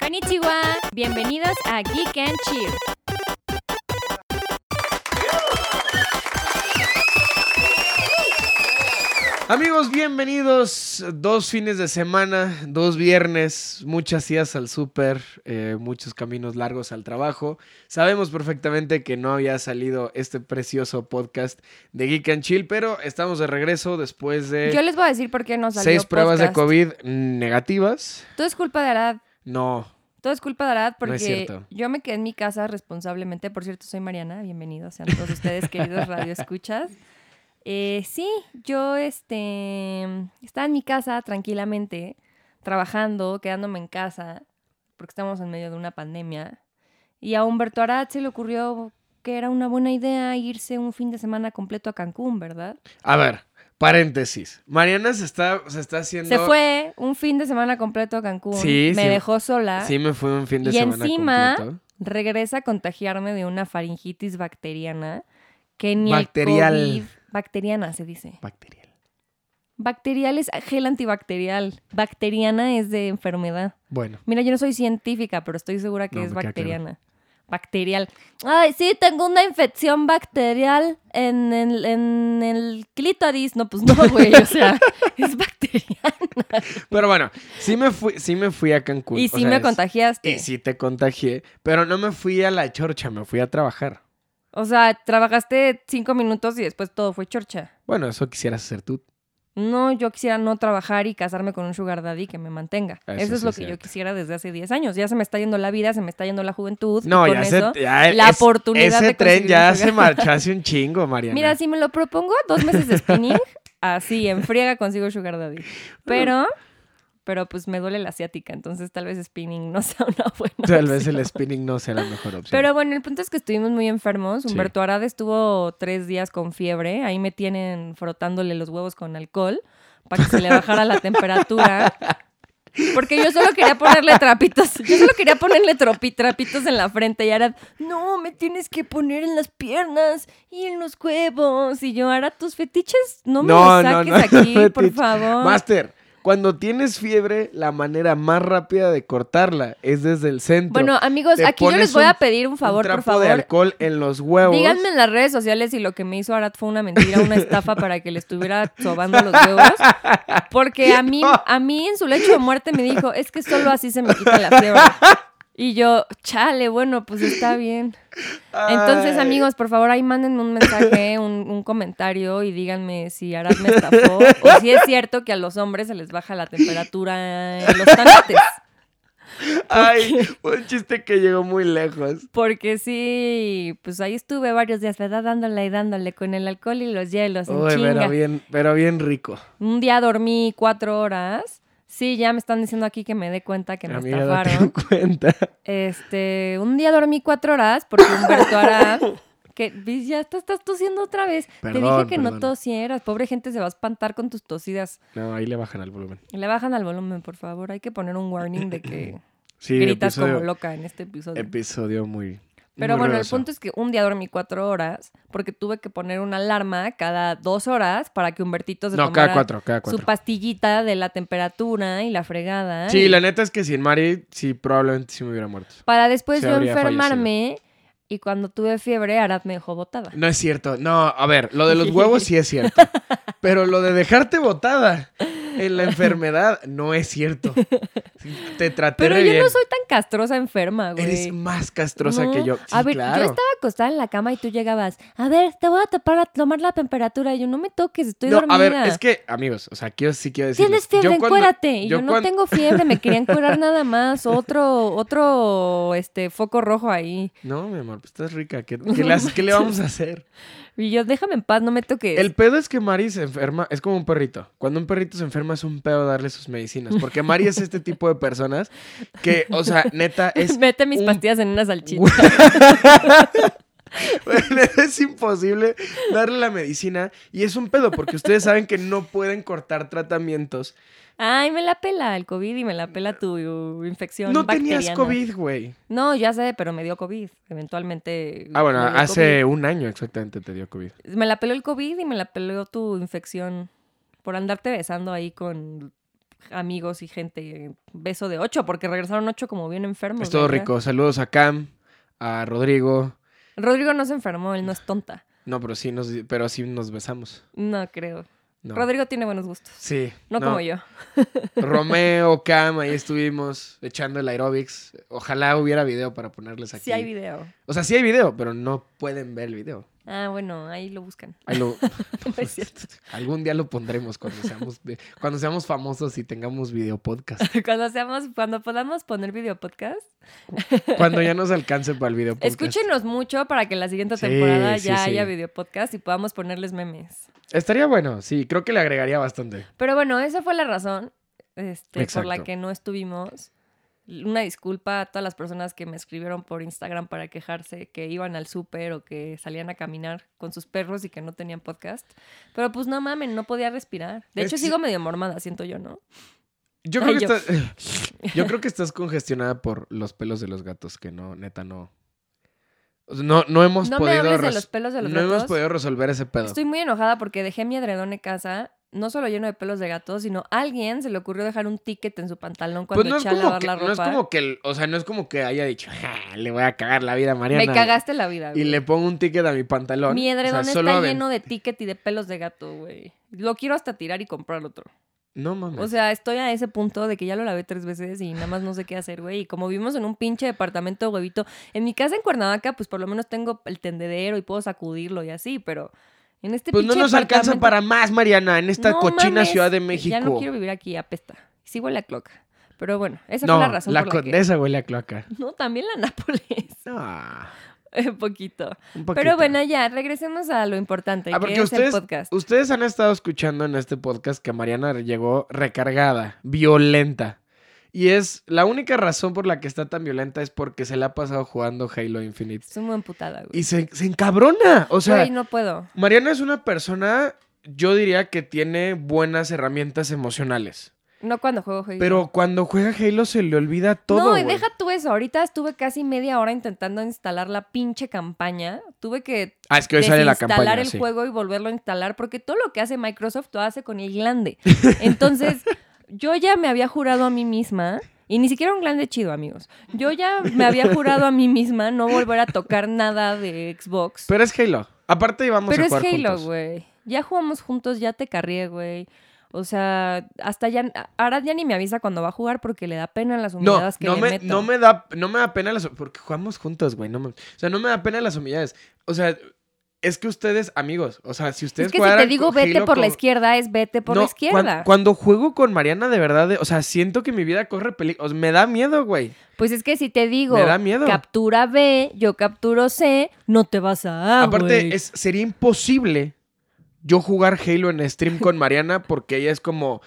Konnichiwa. Bienvenidos a Geek and Chill. Amigos, bienvenidos. Dos fines de semana, dos viernes, muchas idas al súper, eh, muchos caminos largos al trabajo. Sabemos perfectamente que no había salido este precioso podcast de Geek and Chill, pero estamos de regreso después de Yo les voy a decir por qué no salió seis pruebas podcast. de COVID negativas. Todo es culpa de Arad. No, Todo es culpa de Arad No es porque cierto. yo me quedé en mi casa responsablemente. Por cierto, soy Mariana. Bienvenidos sean todos ustedes, queridos radioescuchas. Eh, sí, yo este, estaba en mi casa tranquilamente, trabajando, quedándome en casa, porque estamos en medio de una pandemia. Y a Humberto Arad se le ocurrió que era una buena idea irse un fin de semana completo a Cancún, ¿verdad? a ver, paréntesis. Mariana se está, se está haciendo... Se fue un fin de semana completo a Cancún. Sí, me sí. dejó sola. Sí, me fue un fin de Y semana encima, completo. regresa a contagiarme de una faringitis bacteriana que ni Bacterial. el COVID... Bacteriana se dice. Bacterial. Bacterial es gel antibacterial. Bacteriana es de enfermedad. Bueno. Mira, yo no soy científica, pero estoy segura que No, es me queda claro. bacteriana. Bacterial. Ay, sí, tengo una infección bacterial en el, en el clítoris. No, pues no, güey. O sea, es bacterial. Pero bueno, sí me fui, sí me fui a Cancún. Y o sí sea, me es- contagiaste. Y sí te contagié, pero no me fui a la chorcha, me fui a trabajar. O sea, trabajaste cinco minutos y después todo fue chorcha. Bueno, eso quisieras hacer tú. No, yo quisiera no trabajar y casarme con un sugar daddy que me mantenga. Eso, Eso es sí lo es que yo cierto. quisiera desde hace 10 años. Ya se me está yendo la vida, se me está yendo la juventud. y No, con ya eso- se. ya la oportunidad Ese de tren conseguir ya un se sugar. marchó hace un chingo, Mariana. Mira, si me lo propongo, dos meses de spinning, así, en friega consigo sugar daddy. Pero, pero pues me duele la asiática, entonces tal vez spinning no sea una buena Tal vez opción. el spinning no sea la mejor opción. Pero bueno, el punto es que estuvimos muy enfermos. Sí. Humberto Arad estuvo tres días con fiebre. Ahí me tienen frotándole los huevos con alcohol para que se le bajara la temperatura. Porque yo solo quería ponerle trapitos. Yo solo quería ponerle tropi- trapitos en la frente. Y Arad, no, me tienes que poner en las piernas y en los huevos. Y yo, Arad, tus fetiches no me No, los no, saques no, aquí, no, por fetiche. favor. Master, cuando tienes fiebre, la manera más rápida de cortarla es desde el centro. bueno, amigos, Te aquí yo les pones voy a un- pedir un favor, un trapo por favor. de alcohol en los huevos. Díganme en las redes sociales si lo que me hizo Arad fue una mentira, una estafa para que le estuviera sobando los huevos. Porque a mí, a mí en su lecho de muerte me dijo, es que solo así se me quita la fiebre. Y yo, chale, bueno, pues está bien. Entonces, Ay. amigos, por favor, ahí mándenme un mensaje, un, un comentario y díganme si Arad me estafó o si es cierto que a los hombres se les baja la temperatura en los tanates. Ay, un chiste que llegó muy Pues, lejos. Porque sí, pues ahí estuve varios días, ¿verdad? Dándole y dándole con el alcohol y los hielos. en Uy, chinga. pero bien, pero bien rico. Un día dormí cuatro horas. Sí, ya me están diciendo aquí que me dé cuenta que me Amiga, Ah, date estafaron. cuenta. Este, un día dormí cuatro horas porque Humberto Arad, que ¿ves? ya te estás tosiendo otra vez. Te dije Perdón, que no perdón. tosieras. Pobre gente se va a espantar con tus tosidas. No, ahí le bajan al volumen. Le bajan al volumen, por favor. Hay que poner un warning de que Sí, gritas episodio, como loca en este episodio. episodio muy. Pero muy bueno, ruidoso. el punto es que un día dormí cuatro horas porque tuve que poner una alarma cada dos horas para que Humbertito se No, cada tomara cuatro, cada su cuatro. pastillita de la temperatura y la fregada. Sí, y la neta es que sin Mari, sí, probablemente sí me hubiera muerto. Para después se yo habría enfermarme y cuando tuve fiebre, Arad me dejó botada. No es cierto. No, a ver, lo de los huevos sí es cierto. Pero lo de dejarte botada en la enfermedad no es cierto. Te traté Pero re yo bien. no soy tan castrosa enferma, güey. Eres más castrosa No, que yo. Sí, a ver, claro. yo estaba acostada en la cama y tú llegabas, a ver, te voy a tapar a tomar la temperatura. Y yo, no me toques, estoy no, dormida. a ver, es que, amigos, o sea, aquí yo sí quiero decir. Tienes fiebre, encuérate. Y yo, no cuando- tengo fiebre, me querían curar nada más. Otro, otro este, foco rojo ahí. No, mi amor, pues estás rica. ¿Qué, qué le haces- qué le vamos a hacer? Y yo, déjame en paz, no me toques. El pedo es que Mari se enferma, es como un perrito. Cuando un perrito se enferma es un pedo darle sus medicinas, porque Mari es este tipo de personas que, o sea, neta es Mete mis un- pastillas en una salchicha. Bueno, es imposible darle la medicina y es un pedo porque ustedes saben que no pueden cortar tratamientos. Ay, me la pela el COVID y me la pela tu infección No tenías bacteriana. COVID, güey. No, ya sé, pero me dio COVID. Eventualmente. Ah, bueno, me dio hace un año exactamente te dio COVID. COVID. Me la peló el COVID y me la peló tu infección por andarte besando ahí con amigos y gente, beso de ocho, porque regresaron ocho como bien enfermos. Es todo ¿verdad? rico. Saludos a Cam, a Rodrigo. Rodrigo no se enfermó, él no es tonta. No, pero sí nos, pero sí nos besamos. No creo. No. Rodrigo tiene buenos gustos. Sí. No, como yo. Romeo, Cam, ahí estuvimos echando el aerobics. Ojalá hubiera video para ponerles pues aquí. Sí hay video. O sea, sí hay video, pero no pueden ver el video. Ah, bueno, ahí lo buscan. Ahí lo- No es cierto. Algún día lo pondremos cuando seamos, de- cuando seamos famosos y tengamos video podcast. Cuando seamos, cuando podamos poner video podcast, Cuando ya nos alcance para el video podcast. escúchenos mucho para que la siguiente Sí, temporada sí, ya sí. haya video podcast y podamos ponerles memes. Estaría bueno, sí, creo que le agregaría bastante. Pero bueno, esa fue la razón este, por la Exacto. que no estuvimos. Una disculpa a todas las personas que me escribieron por Instagram para quejarse que iban al súper o que salían a caminar con sus perros y que no tenían podcast. Pero pues no mamen, no podía respirar. De Es hecho, que- sigo medio mormada, siento yo, ¿no? Yo creo, Ay, que yo. estás, yo creo que estás congestionada por los pelos de los gatos, que no, neta, no. O sea, No, no hemos No me podido hables de res- los pelos de los No hemos gatos. podido resolver ese pedo. Estoy muy enojada porque dejé mi edredón en casa, no solo lleno de pelos de gato, sino a alguien se le ocurrió dejar un ticket en su pantalón cuando Pues no es, eché a como lavar que, la no es ropa. como que, el- o sea, no es como que haya dicho, "Ja, le voy a cagar la vida a Mariana. Me cagaste la vida. Y güey. le pongo un ticket a mi pantalón. Mi O sea, edredón solo está aven- lleno de ticket y de pelos de gato, güey. Lo quiero hasta tirar y comprar otro. No mames. O sea, estoy a ese punto de que ya lo lavé tres veces y nada más no sé qué hacer, güey. Y como vivimos en un pinche departamento huevito, en mi casa en Cuernavaca, pues por lo menos tengo el tendedero y puedo sacudirlo y así, pero en este pues no pinche nos alcanza departamento- para más, Mariana, en esta No cochina mames, Ciudad de México. Ya no quiero vivir aquí, apesta. Sí huele a cloca. Pero bueno, esa No, fue la razón por la que... condesa huele a cloaca. No, también la Nápoles. No, Un poquito. un poquito. Pero bueno, ya, regresemos a lo importante, Ah, que porque es ustedes- el podcast. Ustedes han estado escuchando en este podcast que Mariana llegó recargada, violenta. Y es la única razón por la que está tan violenta es porque se la ha pasado jugando Halo Infinite. Estoy muy emputada, güey. Y se, se encabrona. O sea, Güey, no puedo. Mariana es una persona, yo diría que tiene buenas herramientas emocionales. No cuando juego Halo. Pero cuando juega Halo se le olvida todo. no, y güey. deja tú eso. Ahorita estuve casi media hora intentando instalar la pinche campaña. Tuve que Ah, es que hoy sale la campaña. el sí. juego y volverlo a instalar, porque todo lo que hace Microsoft lo hace con el glande. Entonces, yo ya me había jurado a mí misma, y ni siquiera un glande chido, amigos. Yo ya me había jurado a mí misma no volver a tocar nada de Xbox. Pero es Halo. Aparte íbamos Pero a es jugar Halo, juntos. güey. Ya jugamos juntos, ya te carrié, güey. O sea, hasta ya. Ahora ya ni me avisa cuando va a jugar porque le da pena las No, humilladas que no le me, meto. no me da, no me da pena las porque jugamos juntos, güey. No me- o sea, no me da pena las humillades. O sea, es que ustedes, amigos, o sea, si ustedes es que si te jugaran digo con vete Halo por la con- izquierda, es vete por la No, cuan- izquierda. cuando juego con Mariana, de verdad, de- o sea, siento que mi vida corre peligro. me da miedo, güey. Pues es que si te digo Me da miedo. captura B, yo capturo C, no te vas a A, Ah, güey. Aparte, es, sería imposible yo jugar Halo en stream con Mariana porque ella es como.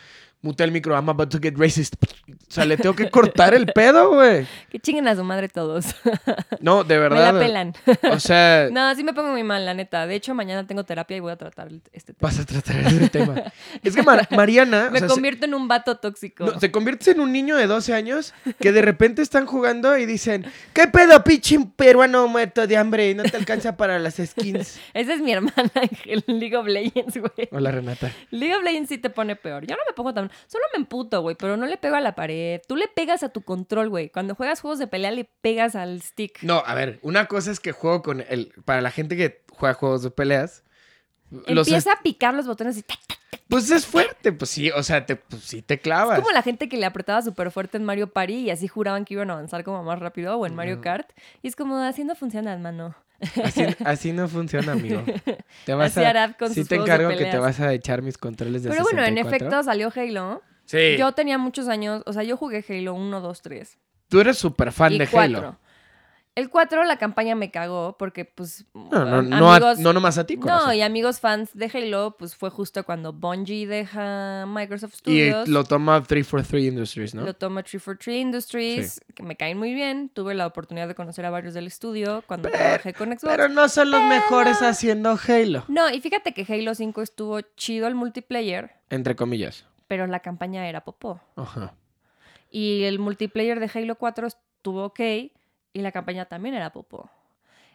Muta el micro, I'm about to get racist. O sea, le tengo que cortar el pedo, güey. Que chinguen a su madre todos. No, de me la verdad. Eh, pelan. O sea, no, sí me pongo muy mal, la neta. De hecho, mañana tengo terapia y voy a tratar este tema. vas a tratar ese tema. Es que Mar- Mariana. o Me sea, se- convierto en un vato tóxico. No, te conviertes en un niño de 12 años que de repente están jugando y dicen, ¿qué pedo, pinche peruano muerto de hambre? Y no te alcanza para las skins. Esa es mi hermana en League of Legends, güey. Hola, Renata. League of Legends sí te pone peor. Yo no me pongo tan. Solo me emputo, güey, pero no le pego a la pared. Tú le pegas a tu control, güey. Cuando juegas juegos de pelea, le pegas al stick. No, a ver, una cosa es que juego con el... Para la gente que juega juegos de peleas... Los Empieza a picar los botones y tac, tac. est- pues es fuerte, pues sí, o sea, te, pues sí te Es clavas. como la gente que le apretaba súper fuerte en Mario Party y así juraban que iban a avanzar como más rápido o en Mario No. Kart. Y es como, así no funciona, hermano. Así, así no funciona, amigo. Te vas Así a... Arad con sí sus te juegos de encargo que te peleas. vas a echar mis controles de Pero bueno, en 64. efecto salió Halo. Sí, Yo tenía muchos años, o sea, yo jugué Halo 1, 2, 3. tú eres súper fan y de cuatro. Halo. El 4 la campaña me cagó porque pues No, no, am- no, a- amigos- no nomás a ti, corazón. No, y amigos fans de Halo, pues fue justo cuando Bungie deja Microsoft Y Studios, lo toma 343 Industries, ¿no? lo toma 343 Industries, que me caen muy bien. Tuve la oportunidad de conocer a varios del estudio cuando trabajé con Xbox. Pero no son los mejores haciendo Halo. No, y fíjate que Halo 5 estuvo chido el multiplayer, Entre comillas. pero la campaña era popó. Ajá. Y el multiplayer de Halo 4 estuvo ok y la campaña también era popó.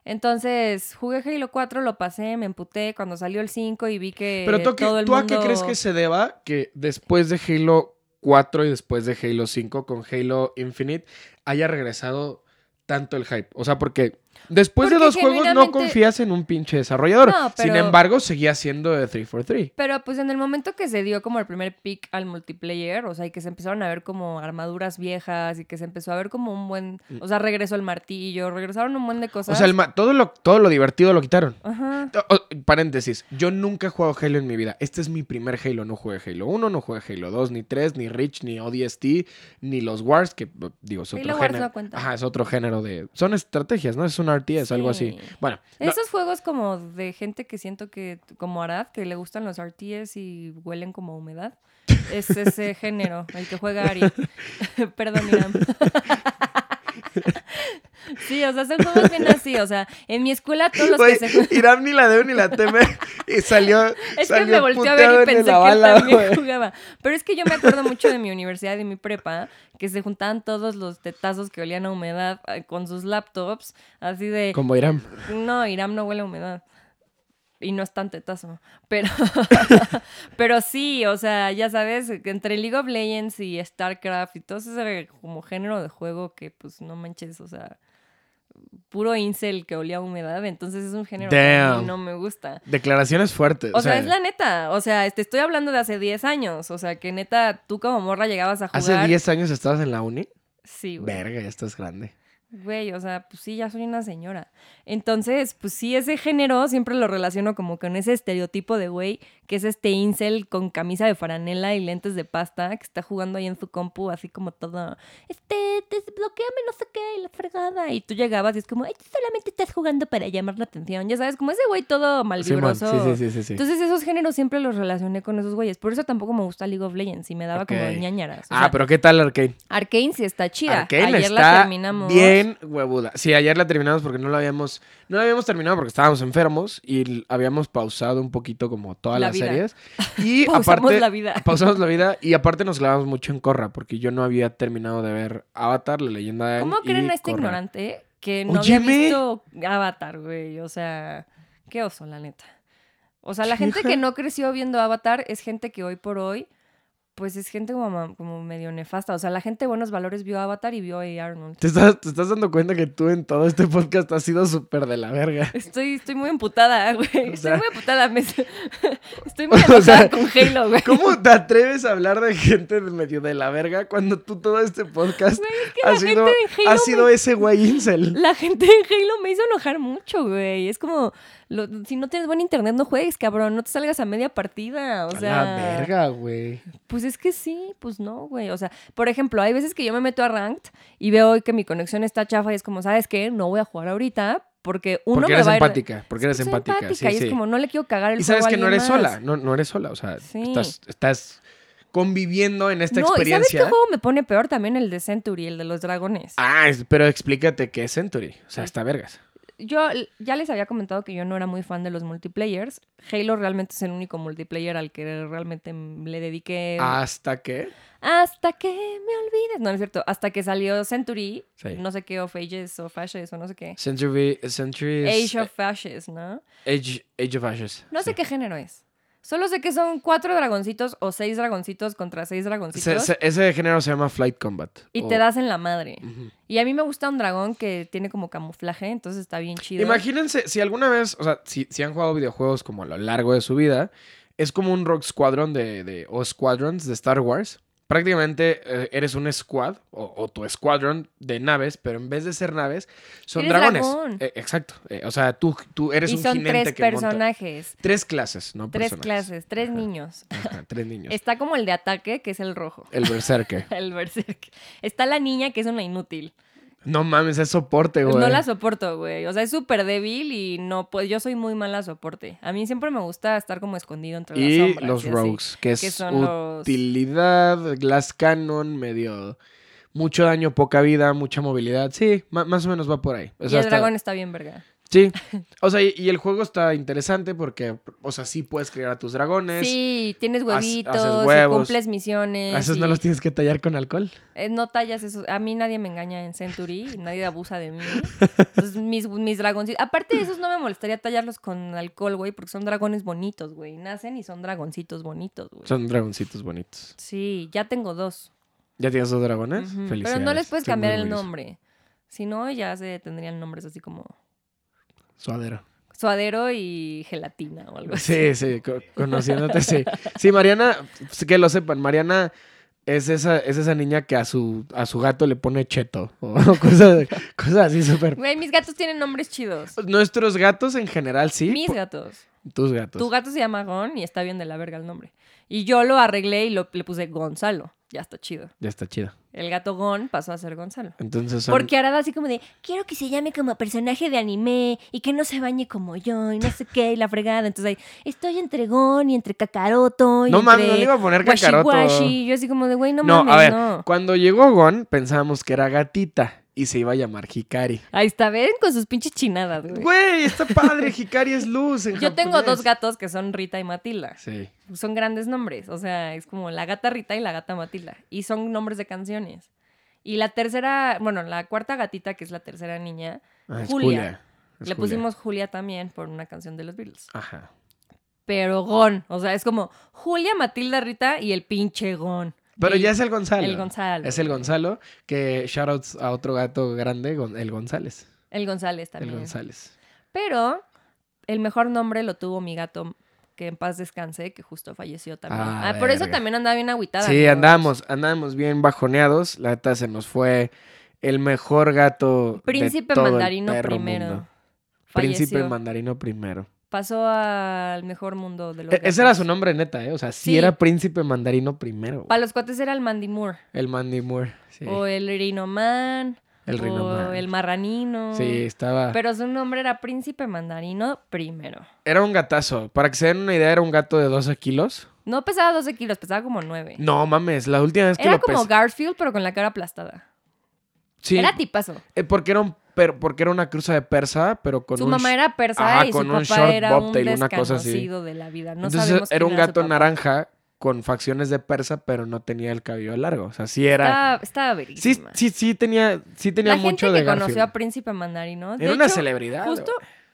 Entonces, jugué Halo 4, lo pasé, me emputé cuando salió el 5 y vi que Pero tú, a qué- todo el ¿tú a qué mundo- crees que se deba que después de Halo 4 y después de Halo 5 con Halo Infinite haya regresado tanto el hype. O sea, porque después de Porque dos juegos no genuinamente- confías en un pinche desarrollador. No, pero- Sin embargo, seguía siendo de 343. Pero pues en el momento que se dio como el primer pick al multiplayer, o sea, y que se empezaron a ver como armaduras viejas y que se empezó a ver como un buen, o sea, regresó el martillo, regresaron un buen de Mm. O cosas. sea, el ma- todo, lo, todo lo divertido lo quitaron. Ajá. O- o- paréntesis, yo nunca he jugado Halo en mi vida. Este es mi primer Halo. No jugué Halo 1, no jugué Halo 2, ni 3, ni Reach, ni ODST, ni los Wars, que b- digo, es Halo otro Wars género. no cuenta. Ajá, es otro género de. Son estrategias, ¿no? Es un RTS, algo así. Sí. Bueno, no, Esos juegos como de gente que siento que, como Arad, que le gustan los RTS y huelen como a humedad, es ese género, el que juega Ari. Perdón, Irán. sí, o sea, son juegos bien así, o sea, en mi escuela todos los Güey, que se... Irán ni la deo ni la teme. Y salió. Es que salió me volteó a puteado ver y en pensé que la bala, él también güey. jugaba. Pero es que yo me acuerdo mucho de mi universidad y mi prepa, que se juntaban todos los tetazos que olían a humedad eh, con sus laptops, así de... Como Irán. No, Irán no huele a humedad. Y no es tan tetazo. Pero, pero sí, o sea, ya sabes, entre League of Legends y StarCraft y todo ese como género de juego que, pues, no manches, o sea, puro incel que olía a humedad. Entonces es un género que a Damn. mí no me gusta. Declaraciones fuertes. O sea, es la neta. O sea, te estoy hablando de hace 10 años. O sea, que neta, tú como morra llegabas a jugar. ¿Hace 10 años estabas en la uni? Sí, güey. Verga, ya estás grande. Güey, o sea, pues sí, ya soy una señora. Entonces, pues sí, ese género siempre lo relaciono como con ese estereotipo de güey, que es este incel con camisa de faranela y lentes de pasta, que está jugando ahí en su compu, así como todo, este, desbloqueame no sé qué, y la fregada. Y tú llegabas y es como, ay, tú solamente estás jugando para llamar la atención. Ya sabes, como ese güey todo Simón, malvibroso. sí, sí, sí, sí. sí. Entonces esos géneros siempre los relacioné con esos güeyes. Por eso tampoco me gusta League of Legends y me daba como Ok. ñañaras. O ah, sea, pero ¿qué tal Arcane? Arcane sí está chida. Arcane Ayer la está terminamos. bien huevuda. Sí, ayer la terminamos porque no la habíamos, no la habíamos terminado porque estábamos enfermos y l- habíamos pausado un poquito como todas La las vida. series. Y Pausamos aparte la vida. pausamos la vida y aparte nos clavamos mucho en Corra porque yo no había terminado de ver Avatar, la leyenda de Aang ¿Cómo y creen a este Korra. ignorante que no había Óyeme. visto Avatar, güey? O sea, qué oso, la neta. O sea, la gente que no creció viendo Avatar es gente que hoy por hoy, pues es gente como, ma- como medio nefasta. O sea, la gente de buenos valores vio Avatar y vio a Arnold. ¿Te estás, te estás dando cuenta que tú en todo este podcast has sido súper de la verga. Estoy, estoy muy emputada, güey. O Estoy sea- muy emputada. me- Estoy muy O sea, enojada con Halo, güey. ¿Cómo te atreves a hablar de gente de medio de la verga cuando tú todo este podcast Güey, es que la has sido, gente de Halo has sido ese güey incel? La gente de Halo me hizo enojar mucho, güey. Es como, lo- si no tienes buen internet, no juegues, cabrón. No te salgas a media partida. O A sea, la verga, güey. pues es que sí, pues no, güey. O sea, por ejemplo, hay veces que yo me meto a Ranked y veo que mi conexión está chafa y es como, ¿sabes qué? No voy a jugar ahorita porque uno porque me eres va a ir- empática, porque eres Soy empática. sí, y sí. es como, no le quiero cagar el y sabes juego a que no alguien eres más. sola, no, no eres sola, o sea, Sí. estás, estás conviviendo en esta no, ¿y experiencia. sabes qué juego me pone peor también? El de Century, el de los dragones. Ah, es- pero explícate qué es Century, o sea, está vergas. Yo l- ya les había comentado que yo no era muy fan de los multiplayers. Halo realmente es el único multiplayer al que realmente mm, le dediqué ¿Hasta qué? hasta que me olvides. No, no es cierto. Hasta que salió Century, Sí. no sé qué, of Ages o Fashes o no sé qué. Century, Century es- Age of Fashes, ¿no? Age, Age of Ashes. No sé sí. qué género es. Solo sé que son cuatro dragoncitos o seis dragoncitos contra seis Se- dragoncitos. se- ese género se llama Flight Combat. Y o- te das en la madre. Ujú. Y a mí me gusta un dragón que tiene como camuflaje, entonces está bien chido. Imagínense, si alguna vez, o sea, si, si han jugado videojuegos como a lo largo de su vida, es como un Rock Squadron de, de- o Squadrons de Star Wars. Prácticamente eh, eres un squad o, o tu squadron de naves, pero en vez de ser naves, son Eres dragones. dragón. Eh, exacto. Eh, o sea, tú, tú eres y un son jinete tres que monta- personajes. Tres clases, ¿no? Tres Personajes. clases, tres Ajá. niños. Ajá, tres niños. Está como el de ataque, que es el rojo. El berserker. El berserk. Está la niña, que es una inútil. No mames, es soporte, güey. No la soporto, güey. O sea, es súper débil y no, pues yo soy muy mala soporte. A mí siempre me gusta estar como escondido entre las y sombras. los y así. rogues, que es que son los- utilidad, glass cannon, medio mucho daño, poca vida, mucha movilidad. Sí, ma- más o menos va por ahí. O Y sea, el está- dragón está bien verga. Sí. O sea, y, y el juego está interesante porque, o sea, sí puedes crear a tus dragones. Sí, tienes haces huevitos, huevos. y cumples misiones. A esos no y- los tienes que tallar con alcohol. eh, no tallas eso. A mí nadie me engaña en Century, nadie abusa de mí. Entonces, mis, mis dragoncitos. Aparte, esos no me molestaría tallarlos con alcohol, güey, porque son dragones bonitos, güey. Nacen y son dragoncitos bonitos, güey. Son dragoncitos bonitos. Sí, ya tengo dos. ¿Ya tienes dos dragones? Ujú. Felicidades. Pero no les puedes Estoy muy cambiar el orgulloso. nombre. Si no, ya se tendrían nombres así como Suadero. suadero y gelatina o algo así. Sí, sí, co- conociéndote, sí. Sí, Mariana, pues, que lo sepan, Mariana es esa, es esa niña que a su, a su gato le pone cheto o cosas, cosas así súper... Güey, mis gatos tienen nombres chidos. Nuestros gatos en general, sí. Mis po- gatos. Tus gatos. Tu gato se llama Gon y está bien de la verga el nombre. Y yo lo arreglé y lo, le puse Gonzalo. Ya está chido. Ya está chido. El gato Gon pasó a ser Gonzalo. Entonces son... Porque ahora da así como de, quiero que se llame como personaje de anime y que no se bañe como yo y no sé qué y la fregada. Entonces ahí, estoy entre Gon y entre Kakaroto y No mames, no le entre iba a poner washi cacaroto. washi". Yo así como de, güey, no, No, mames, a ver, no. cuando llegó Gon pensábamos que era gatita y se iba a llamar Hikari. Ahí está, ven con sus pinches chinadas, güey. Güey, está padre, Hikari es luz en Yo tengo japonés. dos gatos que son Rita y Matilda. Sí. son grandes nombres. O sea, es como la gata Rita y la gata Matilda. Y son nombres de canciones. Y la tercera, bueno, la cuarta gatita, que es la tercera niña, Ah, Julia. es Julia. Es le Julia. pusimos Julia también por una canción de los Beatles. Ajá. Pero Gon, o sea, es como Julia, Matilda, Rita y el pinche Gon. Pero Y ya es el Gonzalo. el Gonzalo. Es el Gonzalo, que shoutouts a otro gato grande, Gon- el González. El González también. El González. Pero el mejor nombre lo tuvo mi gato, que en paz descanse, que justo falleció también. Ah, Ah, por eso verga. también andaba bien agüitada. Sí, amigos. andábamos, andábamos bien bajoneados. La neta se nos fue el mejor gato. Príncipe de todo el mandarino perro primero. mundo. Falleció. Príncipe mandarino primero. Pasó al mejor mundo de los E- ese era gatos. su nombre neta, ¿eh? O sea, sí, Sí. era Príncipe mandarino primero. güey. Para los cuates era el Mandy Moore. El Mandy Moore. Sí. O el Rinoman. el Rino O Man. el Marranino. Sí, estaba. Pero su nombre era Príncipe Mandarino primero. Era un gatazo. Para que se den una idea, era un gato de 12 kilos. No pesaba 12 kilos, pesaba como 9. No mames, la última vez que era lo como pesé- Garfield, pero con la cara aplastada. Sí. Era tipazo. Eh, porque era un per- porque era una cruza de persa, pero con su un mamá era persa Ajá, y con su un papá short era un bobtail, una cosa así. desconocido de la vida. No sabemos Entonces era quién un su gato papá. naranja con facciones de persa, pero no tenía el cabello largo. O sea, sí era Estaba, estaba Sí, verguísima. sí, sí tenía sí tenía la gente mucho que de conoció a Garfield. Príncipe Mandarino. de Era una hecho, celebridad. Justo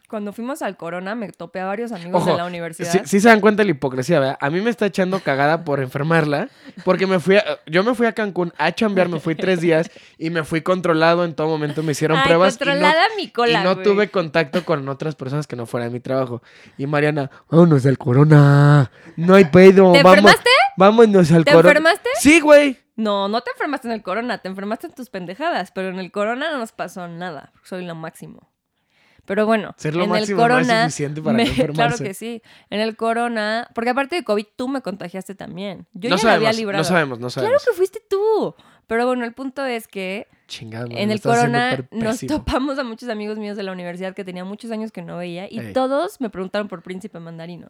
cuando fuimos al Corona me topé a varios amigos Ojo, de la universidad. Sí, sí se dan cuenta de la hipocresía, ¿verdad? A mí me está echando cagada por enfermarla, porque me fui a- yo me fui a Cancún a chambear, me fui tres días y me fui controlado en todo momento, me hicieron Ay, pruebas y no, controlada mi cola, y no güey. tuve contacto con otras personas que no fueran de mi trabajo. Y Mariana, vámonos al corona, no hay pedo, ¿Te vamos, enfermaste? vámonos al ¿Te corona. enfermaste? Sí, güey. No, no te enfermaste en el corona, te enfermaste en tus pendejadas, pero en el corona no nos pasó nada. Soy lo máximo. Pero bueno, Ser lo en máximo el no es corona. suficiente para no claro enfermarse. que sí. En el corona, porque aparte de COVID, tú me contagiaste también. Yo no ya sabemos, me había librado. no sabemos, no Claro sabemos. que fuiste tú. Pero bueno, el punto es que Chingado, en me el estás haciendo corona per- nos pésimo. topamos a muchos amigos míos de la universidad que tenía muchos años que no veía y Ey. todos me preguntaron por Príncipe Mandarino.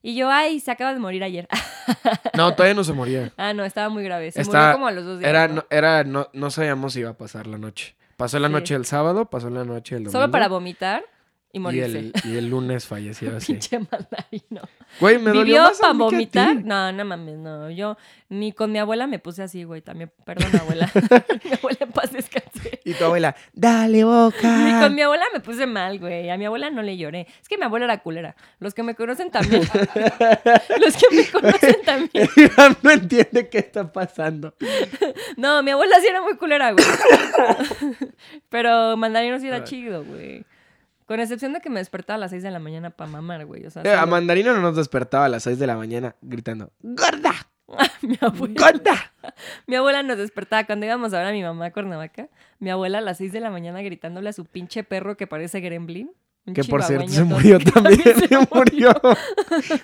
Y yo, ay, se acaba de morir ayer. No, todavía no se moría. ah, no, estaba muy grave. Se Está- murió como a los dos días. Era, ¿no? no, era, no, no sabíamos si iba a pasar la noche. Pasó la Sí. noche del sábado, pasó la noche del domingo. Solo para vomitar y y morirse. el, y el lunes falleció así. Pinche mandarino. Güey, me dolió ¿Vivió más a para mí que a ti. vomitar? No, no mames, no. Yo ni con mi abuela me puse así, güey. También, perdón, abuela. mi abuela en paz descanse. Y tu abuela, dale Ni boca. con mi abuela me puse mal, güey. A mi abuela no le lloré. Es que mi abuela era culera. Los que me conocen también. Los que me conocen también. Iván no entiende qué está pasando. No, mi abuela sí era muy culera, güey. Pero mandarino sí era chido, güey. Con excepción de que me despertaba a las 6 de la mañana para mamar, güey. O sea, Eh, a solo- Mandarino no nos despertaba a las 6 de la mañana gritando, gorda, mi abuela. gorda. Mi abuela nos despertaba cuando íbamos a ver a mi mamá a Cuernavaca. Mi abuela a las 6 de la mañana gritándole a su pinche perro que parece gremlin. un Que por cierto se chihuahueño todo- murió que también, también se murió.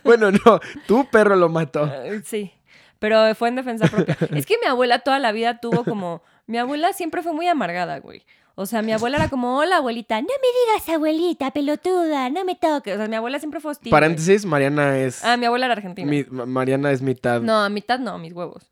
bueno, no, tu perro lo mató. Eh, Sí, pero fue en defensa propia. Es que mi abuela toda la vida tuvo como... Mi abuela siempre fue muy amargada, güey. O sea, mi abuela era como, hola, abuelita, no me digas abuelita, pelotuda, no me toques. O sea, mi abuela siempre fue hostil. güey. Paréntesis, Mariana es... Ah, mi abuela era argentina. mi- Ma- Mariana es mitad No, a mitad no, mis huevos.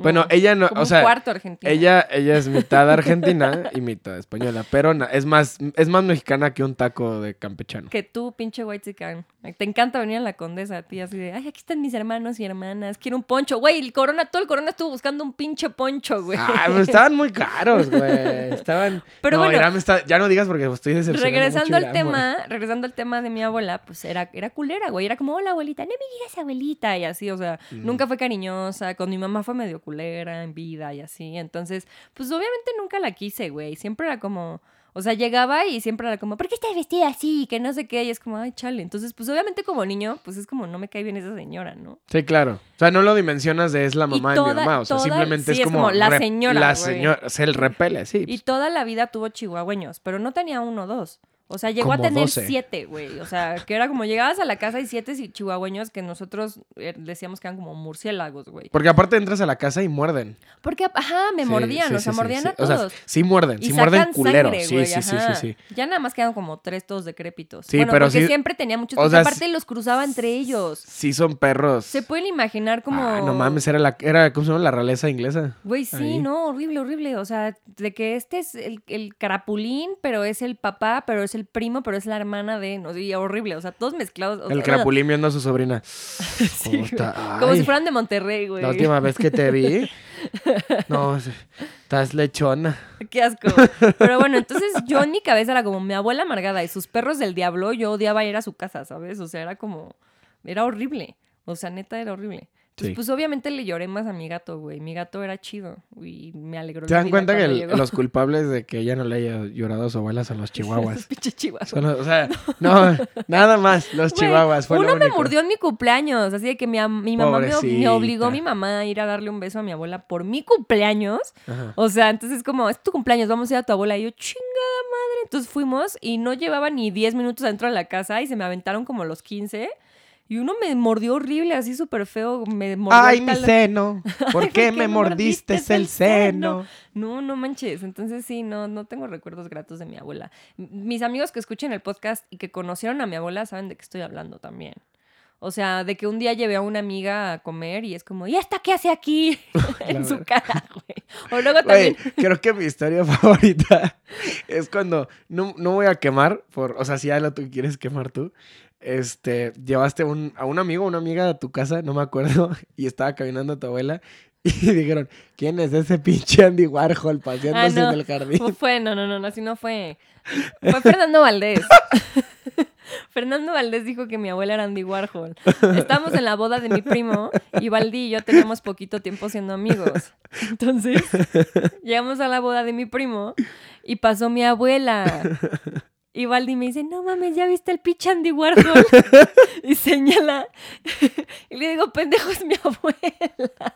Bueno, ella no, Como o un sea, cuarto argentino. ella, ella es mitad argentina y mitad española, pero na- es más, es más mexicana que un taco de campechano. Que tú, pinche white chican. Te encanta venir a la condesa, tía. Así de, ay, aquí están mis hermanos y hermanas. Quiero un poncho. Güey, el corona, todo el corona estuvo buscando un pinche poncho, güey. Ah, pero estaban muy caros, güey. Estaban. Pero No, bueno. Irán está- ya no digas porque estoy decepcionado. Regresando al tema, regresando al tema de mi abuela, pues era, era culera, güey. Era como, hola abuelita, no me digas abuelita, y así, o sea, nunca fue cariñosa. Con mi mamá fue medio culera en vida y así. Entonces, pues obviamente nunca la quise, güey. Siempre era como, o sea, llegaba y siempre era como, ¿por qué estás vestida así? Que no sé qué. Y es como, ay, chale. Entonces, pues obviamente como niño, pues es como, no me cae bien esa señora, ¿no? Sí, claro. O sea, no lo dimensionas de es la Y mamá de toda- mi mamá. O sea, toda- simplemente sí, es es como. como la rep- señora, La güey. señora. O sea, el repele, sí. Y pues. toda la vida tuvo chihuahueños, pero no tenía uno o dos. O sea, llegó a Como tener 12. siete, güey. O sea, que era como llegabas a la casa y siete si- chihuahueños que nosotros eh, decíamos que eran como murciélagos, güey. Porque aparte entras a la casa y muerden. Porque, ajá, me Sí, mordían, sí, o sea, sí, sí, mordían sí. a todos. O sea, sí muerden, y sí sacan muerden culero. sangre, sí, güey, sí, sí, sí, ajá. sí. Ya nada más quedan como tres todos decrépitos. Sí, bueno, pero porque sí- siempre tenía muchos. o porque sea, aparte los cruzaba entre ellos. Sí son perros. Se pueden imaginar como... Ah, no mames, era la, era, ¿cómo se llama? La realeza inglesa. Güey, sí, Ahí. no, horrible, horrible. O sea, de que este es el, el carapulín, pero es el papá, pero es el primo, pero es la hermana de. No, sí, horrible. O sea, todos mezclados. o El sea, crapulín viendo a su sobrina. sí, güey. Puta, como ay, si fueran de Monterrey, güey. La última vez que te vi. No, sí, estás lechona. Qué asco. Pero bueno, entonces yo en mi cabeza era como mi abuela amargada y sus perros del diablo, yo odiaba ir a su casa, ¿sabes? O sea, era como. Era horrible. O sea, neta, era horrible. Entonces, Sí. pues obviamente le lloré más a mi gato, güey. Mi gato era chido y me alegró. ¿Te la dan vida cuenta que cuando el- llegó. los culpables de que ella no le haya llorado a su abuela son los Esos chihuahuas? pinches chihuahuas. Son los- o sea, no, nada más, los Güey, chihuahuas. Fue uno lo me único. mordió en mi cumpleaños, así de que mi, am- mi mamá me, ob- me Pobrecita. obligó mi mamá a ir a darle un beso a mi abuela por mi cumpleaños. Ajá. O sea, entonces es como, es tu cumpleaños, vamos a ir a tu abuela. Y yo, chingada madre. Entonces fuimos y no llevaba ni 10 minutos adentro de la casa y se me aventaron como los 15. Y uno me mordió horrible, así súper feo. Me mordió Ay, el mi talo- seno. ¿Por qué me me mordiste mordiste el el seno? seno? No, no manches. Entonces sí, no, no tengo recuerdos gratos de mi abuela. M- Mis amigos que escuchen el podcast y que conocieron a mi abuela saben de qué estoy hablando también. O sea, de que un día llevé a una amiga a comer y es como, ¿y esta qué hace aquí? en su cara, güey. O luego Güey, también. creo que mi historia favorita es cuando no, no voy a quemar, por, o sea, si ya lo tú quieres quemar tú. Este, llevaste un- a un amigo, una amiga a tu casa, no me acuerdo, y estaba caminando tu abuela y dijeron, "¿Quién es ese pinche Andy Warhol paseándose Ah, no. en el jardín?" ¿Cómo fue? No, no, no, no, así no fue. Fue Fernando Valdés. Fernando Valdés dijo que mi abuela era Andy Warhol. Estábamos en la boda de mi primo y Valdi y yo teníamos poquito tiempo siendo amigos. Entonces, llegamos a la boda de mi primo y pasó mi abuela. Y Valdi me dice, no mames, ¿ya viste el pitch Andy Warhol? Y señala. Y le digo, pendejo, es mi abuela.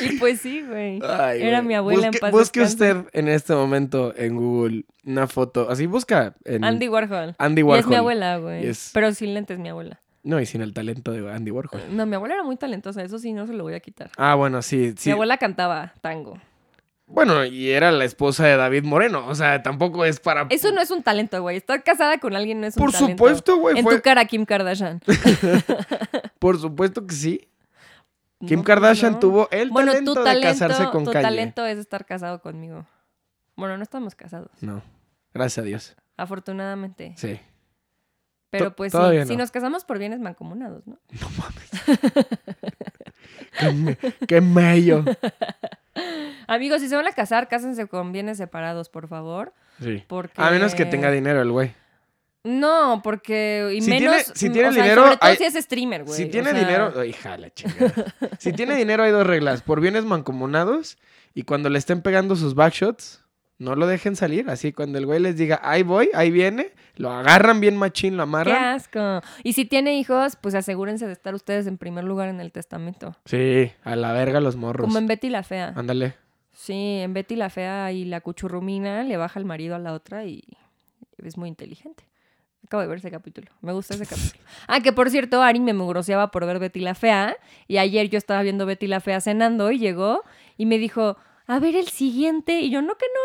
Y pues sí, güey. Ay, Era güey. mi abuela en busque, paz busque descanse. usted en este momento en Google una foto, así busca en Andy Warhol. Andy Y Warhol. es mi abuela, güey. Y es- Pero sin lentes, mi abuela. No, y sin el talento de Andy Warhol. No, mi abuela era muy talentosa, eso sí, no se lo voy a quitar. Ah, bueno, sí, sí. Mi abuela cantaba tango. Bueno, y era la esposa de David Moreno. O sea, tampoco es para. Eso no es un talento, güey. Estar casada con alguien no es un Por talento. supuesto, güey. En fue- tu cara, Kim Kardashian. Por supuesto que sí. Kim No, Kardashian no. tuvo el bueno, talento, tu talento, de casarse con tu Kanye. talento es estar casado conmigo. Bueno, no estamos casados, No. Gracias a Dios. afortunadamente. Sí. Pero to- pues sí, todavía si no. nos casamos por bienes mancomunados, ¿no? Qué, me- qué mello. Amigos, si se van a casar, cásense con bienes separados, por favor. Sí. Porque... A menos que Eh. tenga dinero el güey. No, porque. Y Si tiene- menos. mm, si tiene o sea, dinero, Sobre todo hay- si es streamer, güey. Si o tiene sea, dinero. ay, hija de la chingada. si tiene dinero, hay dos reglas: por bienes mancomunados y cuando le estén pegando sus backshots, no lo dejen salir. Así, cuando el güey les diga, ahí voy, ahí viene, lo agarran bien machín, lo Qué amarran. asco. Y si tiene hijos, pues asegúrense de estar ustedes en primer lugar en el testamento. Sí, a la verga los morros. Como en Betty la Fea. Ándale. Sí, en Betty la Fea y la cuchurrumina le baja el marido a la otra y es muy inteligente. Acabo de ver ese capítulo. Me gusta ese capítulo. Ah, que por cierto, Ari me mugroseaba por ver Betty la Fea. Y ayer yo estaba viendo Betty la Fea cenando y llegó y me dijo, a ver el siguiente. Y yo, no, que no,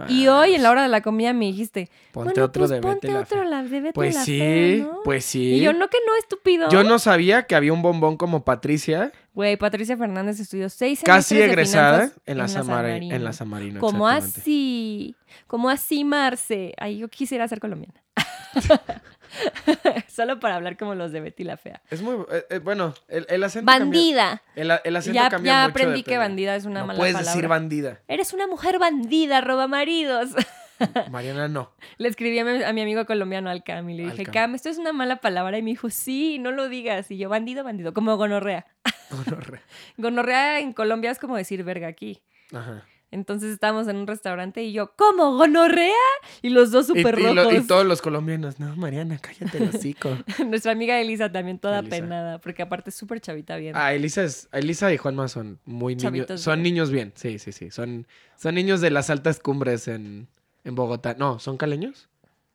estúpido. Y Ah, hoy, en la hora de la comida, me dijiste, Ponte bueno, otro pues de ponte Betty la otro Fea. la de Betty Pues la sí, Fea, ¿no? pues sí. Y yo, no, que no, estúpido. Yo no sabía que había un bombón como Patricia Güey, Patricia Fernández estudió seis Casi semestres de egresada finanzas en la, Samari- Samarina. en la Samarina. ¿Cómo exactamente. así? ¿Cómo así, Marce? Ay, yo quisiera ser colombiana. Solo para hablar como los de Betty la Fea. Es muy. eh, eh, bueno, el, el acento. cambia- ¡Bandida! El, a- el acento Ya, cambia ya mucho, aprendí que depende. bandida es una no mala puedes palabra. decir bandida. Eres una mujer bandida, roba maridos. Mariana no. Le escribí a mi, a mi amigo colombiano, al Cam, y le dije, Al Cam. Cam, esto es una mala palabra. Y me dijo, sí, no lo digas. Y yo, bandido, bandido, como gonorrea. Gonorrea. Gonorrea en Colombia es como decir verga aquí. Ajá. Entonces estábamos en un restaurante y yo, ¿cómo? ¿Gonorrea? Y los dos Y, súper y lo- rojos. y todos los colombianos. No, Mariana, cállate el hocico. Nuestra amiga Elisa también toda Elisa. penada, porque aparte es súper chavita bien. Ah, Elisa, es- Elisa y Juanma son muy Chavitos niños. Son bien. niños bien, sí, sí, sí. Son, son niños de las altas cumbres en, en Bogotá. No, ¿son caleños?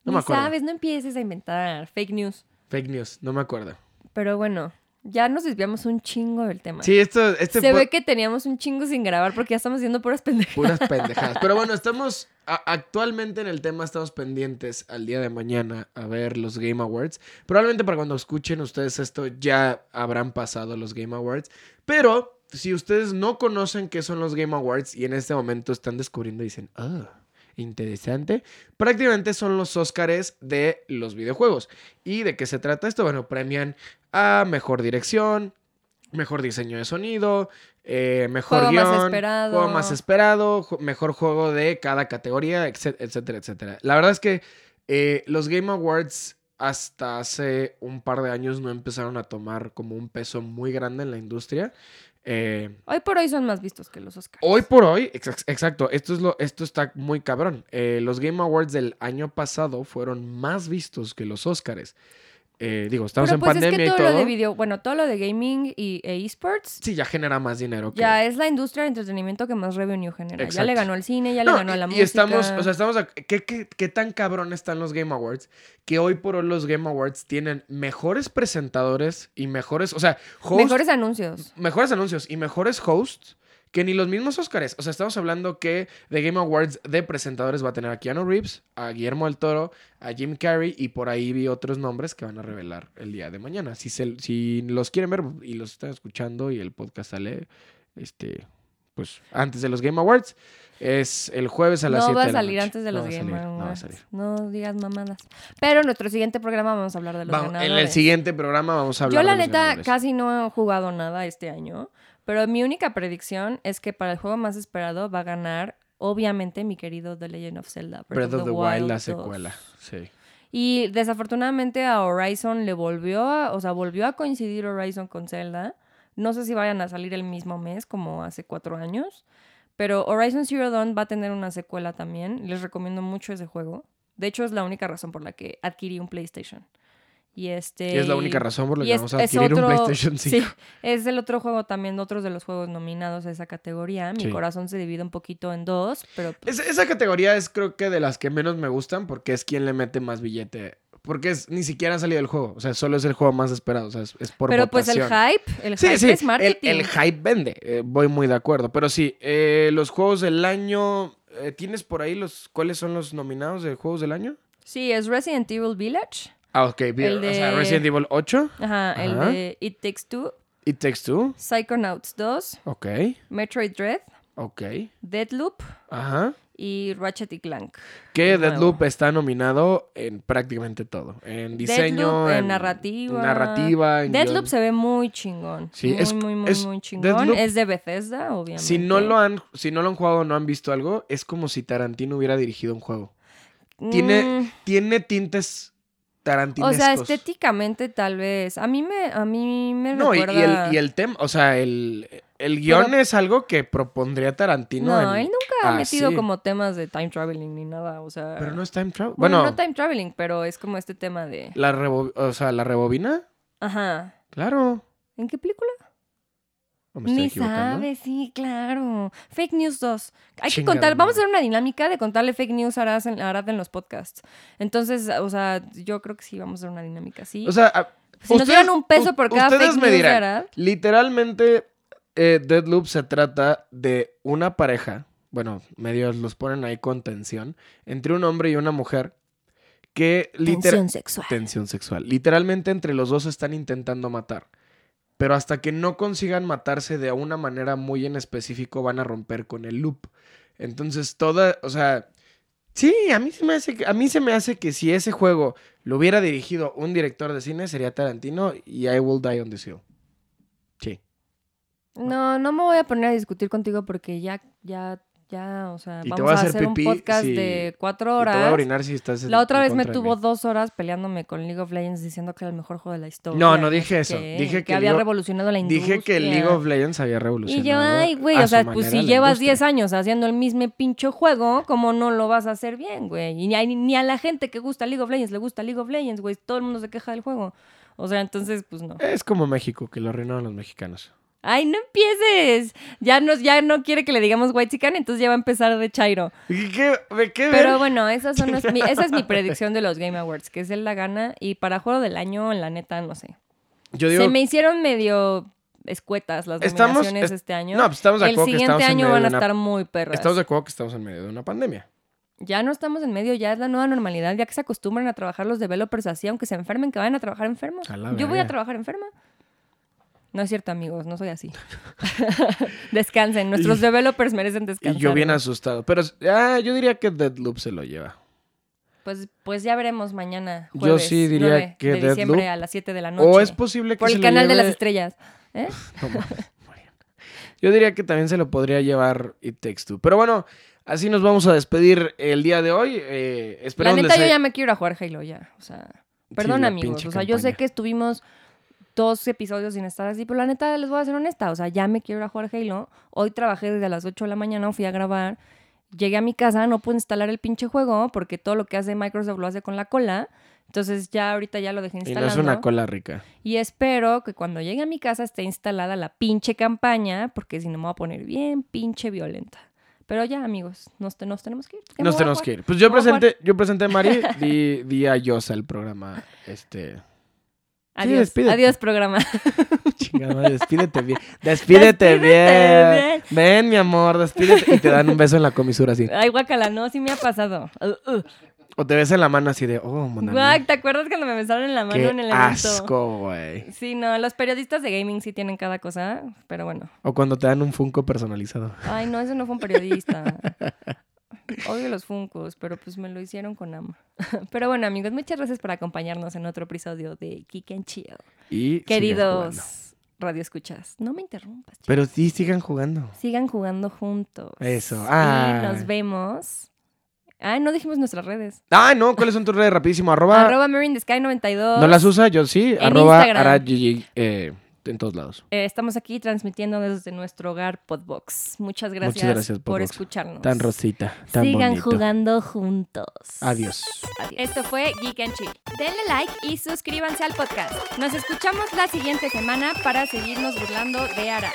No me Ni acuerdo. sabes, no empieces a inventar fake news. Fake news, no me acuerdo. Pero bueno, ya nos desviamos un chingo del tema. Sí, esto, este Se po- ve que teníamos un chingo sin grabar porque ya estamos haciendo puras pendejadas. puras pendejadas. Pero bueno, estamos a- actualmente en el tema, estamos pendientes al día de mañana a ver los Game Awards. Probablemente para cuando escuchen ustedes esto ya habrán pasado los Game Awards. Pero si ustedes no conocen qué son los Game Awards y en este momento están descubriendo y dicen, ah, interesante, prácticamente son los Óscares de los videojuegos. ¿Y de qué se trata esto? Bueno, premian a mejor dirección, mejor diseño de sonido, eh, mejor Juego más guión, esperado. juego más esperado, ju- mejor juego de cada categoría, etc- etcétera, etcétera. La verdad es que eh, los Game Awards hasta hace un par de años no empezaron a tomar como un peso muy grande en la industria. Eh, Hoy por hoy son más vistos que los Oscars. Hoy por hoy, ex- exacto, esto, es lo, esto está muy cabrón. Eh, los Game Awards del año pasado fueron más vistos que los Oscars. Eh, digo, estamos Pero en pues es pandemia que todo, y todo. lo de video, bueno, todo lo de gaming y e esports Sí, ya genera más dinero. Que... ya es la industria de entretenimiento que más revenue genera. Ya le Exacto. ganó al cine, ya le No, ganó a la y, música. y estamos, o sea, estamos, a- ¿qué, qué, qué tan cabrón están los Game Awards? Que hoy por hoy los Game Awards tienen mejores presentadores y mejores, o sea, hosts, mejores... mejores anuncios. anuncios y mejores hosts que ni los mismos Oscars. O sea, estamos hablando que The Game Awards de presentadores va a tener a Keanu Reeves, a Guillermo del Toro, a Jim Carrey y por ahí vi otros nombres que van a revelar el día de mañana. Si, se- si los quieren ver y los están escuchando y el podcast sale, este, pues antes de los Game Awards. Es el jueves a las No 7 va de a la salir noche. antes de No los va a Game salir, Awards. no No, va a salir. digas mamadas. Pero en nuestro siguiente programa vamos a hablar de los Vamos- en el ganadores. siguiente programa vamos a hablar Yo la de los neta ganadores. casi no he jugado nada este año, pero mi única predicción es que para el juego más esperado va a ganar obviamente mi querido The Legend of Zelda Breath of the Wild, la 2. secuela. Sí. Y desafortunadamente a Horizon le volvió, a- o sea, volvió a coincidir Horizon con Zelda. No sé si vayan a salir el mismo mes como hace cuatro años, pero Horizon Zero Dawn va a tener una secuela también. Les recomiendo mucho ese juego. De hecho, es la única razón por la que adquirí un PlayStation. Y este... Y es la única razón por la y que es- vamos a es adquirir otro- un PlayStation 5. Sí, es el otro juego también, otros de los juegos nominados a esa categoría. Mi Sí. corazón se divide un poquito en dos, pero... pues, Es- esa categoría es creo que de las que menos me gustan porque es quien le mete más billete. Porque es, ni siquiera ha salido el juego. O sea, solo es el juego más esperado. O sea, es, es por pero pues el votación. hype, el Sí, hype sí, es marketing. El, el hype vende, eh, voy muy de acuerdo. Pero sí, eh, los juegos del año, eh, ¿tienes por ahí los cuáles son los nominados de juegos del año? Sí, es Resident Evil Village. Ah, ok, vi- El o sea, de- Resident Evil 8, Ajá, el Ajá. de It Takes Two, It Takes Two, Psychonauts 2, ok, Metroid Dread, ok, Deadloop ajá. y Ratchet y Clank. Que De nuevo. Deadloop está nominado en prácticamente todo, en diseño, Deadloop, en narrativa. narrativa, en Deadloop guión. se ve muy chingón. Sí, muy, es- muy, muy, es- muy chingón. Deadloop- es de Bethesda, obviamente. Si no lo han, si no lo han jugado, no han visto algo, es como si Tarantino hubiera dirigido un juego. Tiene, Mm, tiene tintes o tarantinescos. sea, estéticamente tal vez. A mí me, a mí me No, y, y recuerda... el, y el tema, o sea, el, el guión Pero- es algo que propondría Tarantino. No, en- él nunca ha Ah, metido sí. como temas de time traveling ni nada, o sea... Pero no es time travel. Bueno, Bueno, no time traveling, pero es como este tema de... la rebo- o sea, la rebobina, Ajá. claro. ¿En qué película? ¿O me estoy Ni equivocando? sabe, sí, claro. Fake News 2. Hay Chingada que contar, vamos a madre. hacer una dinámica de contarle fake news a Arad en, a Arad en los podcasts. Entonces, o sea, yo creo que sí vamos a hacer una dinámica así. O sea, a- si nos ustedes- dieran un peso por u- cada ustedes fake me news de dirán. Arad. literalmente eh, Deadloop se trata de una pareja, bueno, medios los ponen ahí con tensión, entre un hombre y una mujer que literalmente sexual. tensión sexual. Literalmente entre los dos se están intentando matar. pero hasta que no consigan matarse de una manera muy en específico van a romper con el loop. Entonces, toda, o sea, sí, a mí se me hace que, a mí se me hace que si ese juego lo hubiera dirigido un director de cine sería Tarantino y I Will Die on the Hill. Sí. No, no me voy a poner a discutir contigo porque ya, ya, ya, o sea, Y te vamos voy a a hacer hacer un pipí, podcast sí. de cuatro Y te voy a horas. orinar si estás en- La otra en vez me contra de tuvo mí. dos horas peleándome con League of Legends diciendo que era el mejor juego de la historia. No, no sé dije eso. qué, Dije que había League- revolucionado la industria. Dije que League of Legends había revolucionado. Y yo, ay, güey, a o su sea, pues manera si la llevas industria. 10 años haciendo el mismo pincho juego, ¿cómo no lo vas a hacer bien, güey? Y ni a, ni a la gente que gusta League of Legends le gusta League of Legends, güey. Todo el mundo se queja del juego. O sea, entonces, pues no. Es como México, que lo arruinaron los mexicanos. Ay, no empieces. Ya, nos, ya no quiere que le digamos White entonces ya va a empezar de Chairo. ¿Y qué, ¿De qué Pero bueno, esas son los- mi- esa es mi predicción de los Game Awards, que es él la gana. Y para juego del año, la neta, no sé. Yo digo, Se me hicieron medio escuetas las Estamos- nominaciones es- este año. no, pues estamos de El acuerdo que siguiente estamos en año medio van a de una- estar muy perras. estamos de acuerdo que estamos en medio de una pandemia. Ya no estamos en medio, ya es la nueva normalidad, ya que se acostumbran a trabajar los developers así, aunque se enfermen, que vayan a trabajar enfermos. A la Yo voy a verga. trabajar enferma. No es cierto, amigos, no soy así. Descansen, nuestros Y- developers merecen descansar. Y yo bien ¿no? asustado. Pero ah, yo diría que Deadloop se lo lleva. pues, pues ya veremos mañana. Yo jueves sí diría 9 que de diciembre Deadloop- a las 7 de la noche. O es posible que por se el lo canal de las lleve- estrellas. ¿eh? No mames, Mariana. Yo diría que también se lo podría llevar It Takes Two. Pero bueno, así nos vamos a despedir el día de hoy. Eh, La esperamos neta, les yo haya- ya me quiero ir a jugar Halo ya. O sea, perdón, la amigos. pinche O sea, yo sé campaña. que estuvimos dos episodios sin estar así, pero la neta, les voy a ser honesta. O sea, ya me quiero ir a jugar Halo. Hoy trabajé desde las 8 de la mañana, fui a grabar. Llegué a mi casa, no pude instalar el pinche juego porque todo lo que hace Microsoft lo hace con la cola. Entonces ya ahorita ya lo dejé Y instalado. no es una cola rica. Y espero que cuando llegue a mi casa esté instalada la pinche campaña, porque si no me voy a poner bien pinche violenta. Pero ya, amigos, nos, te- nos tenemos que ir. ¿Qué me voy Nos a tenemos jugar? que ir. Pues Me yo voy a jugar. presenté, yo presenté a Mari, di, di a Yosa el programa. Este. Sí, Adiós, despídete. adiós programa. Chingada, madre, despídete bien. Despídete, Despídete bien. Ven, mi amor, despídete. Y te dan un beso en la comisura así. Ay, guacala, no, sí me ha pasado. Uh, uh. O te ves en la mano así de, oh, mon ami, Guac, ¿te acuerdas cuando me besaron en la mano Qué en el evento? asco, güey. Sí, no, los periodistas de gaming sí tienen cada cosa, pero bueno. O cuando te dan un Funko personalizado. Ay, no, ese no fue un periodista. Odio los funcos, pero pues me lo hicieron con ama. Pero bueno, amigos, muchas gracias por acompañarnos en otro episodio de Kick and Chill. Y sigan jugando. Queridos radioescuchas, no me interrumpas. chicos. Pero sí sigan jugando. Sigan jugando juntos. Eso, Y ah. nos vemos. Ay, no dijimos nuestras redes. Ah, no, ¿cuáles son tus redes? Rapidísimo, arroba. Arroba Mary in the Sky 92. no las usa, yo sí. En Arroba Instagram. Ara GG, eh, en todos lados. Eh, estamos aquí transmitiendo desde nuestro hogar Podbox. Muchas gracias, gracias, por Podbox. escucharnos. Tan rosita, tan Sigan bonito. jugando juntos. Adiós. Adiós. Esto fue Geek and Chill. Denle like y suscríbanse al podcast. Nos escuchamos la siguiente semana para seguirnos burlando de Ara.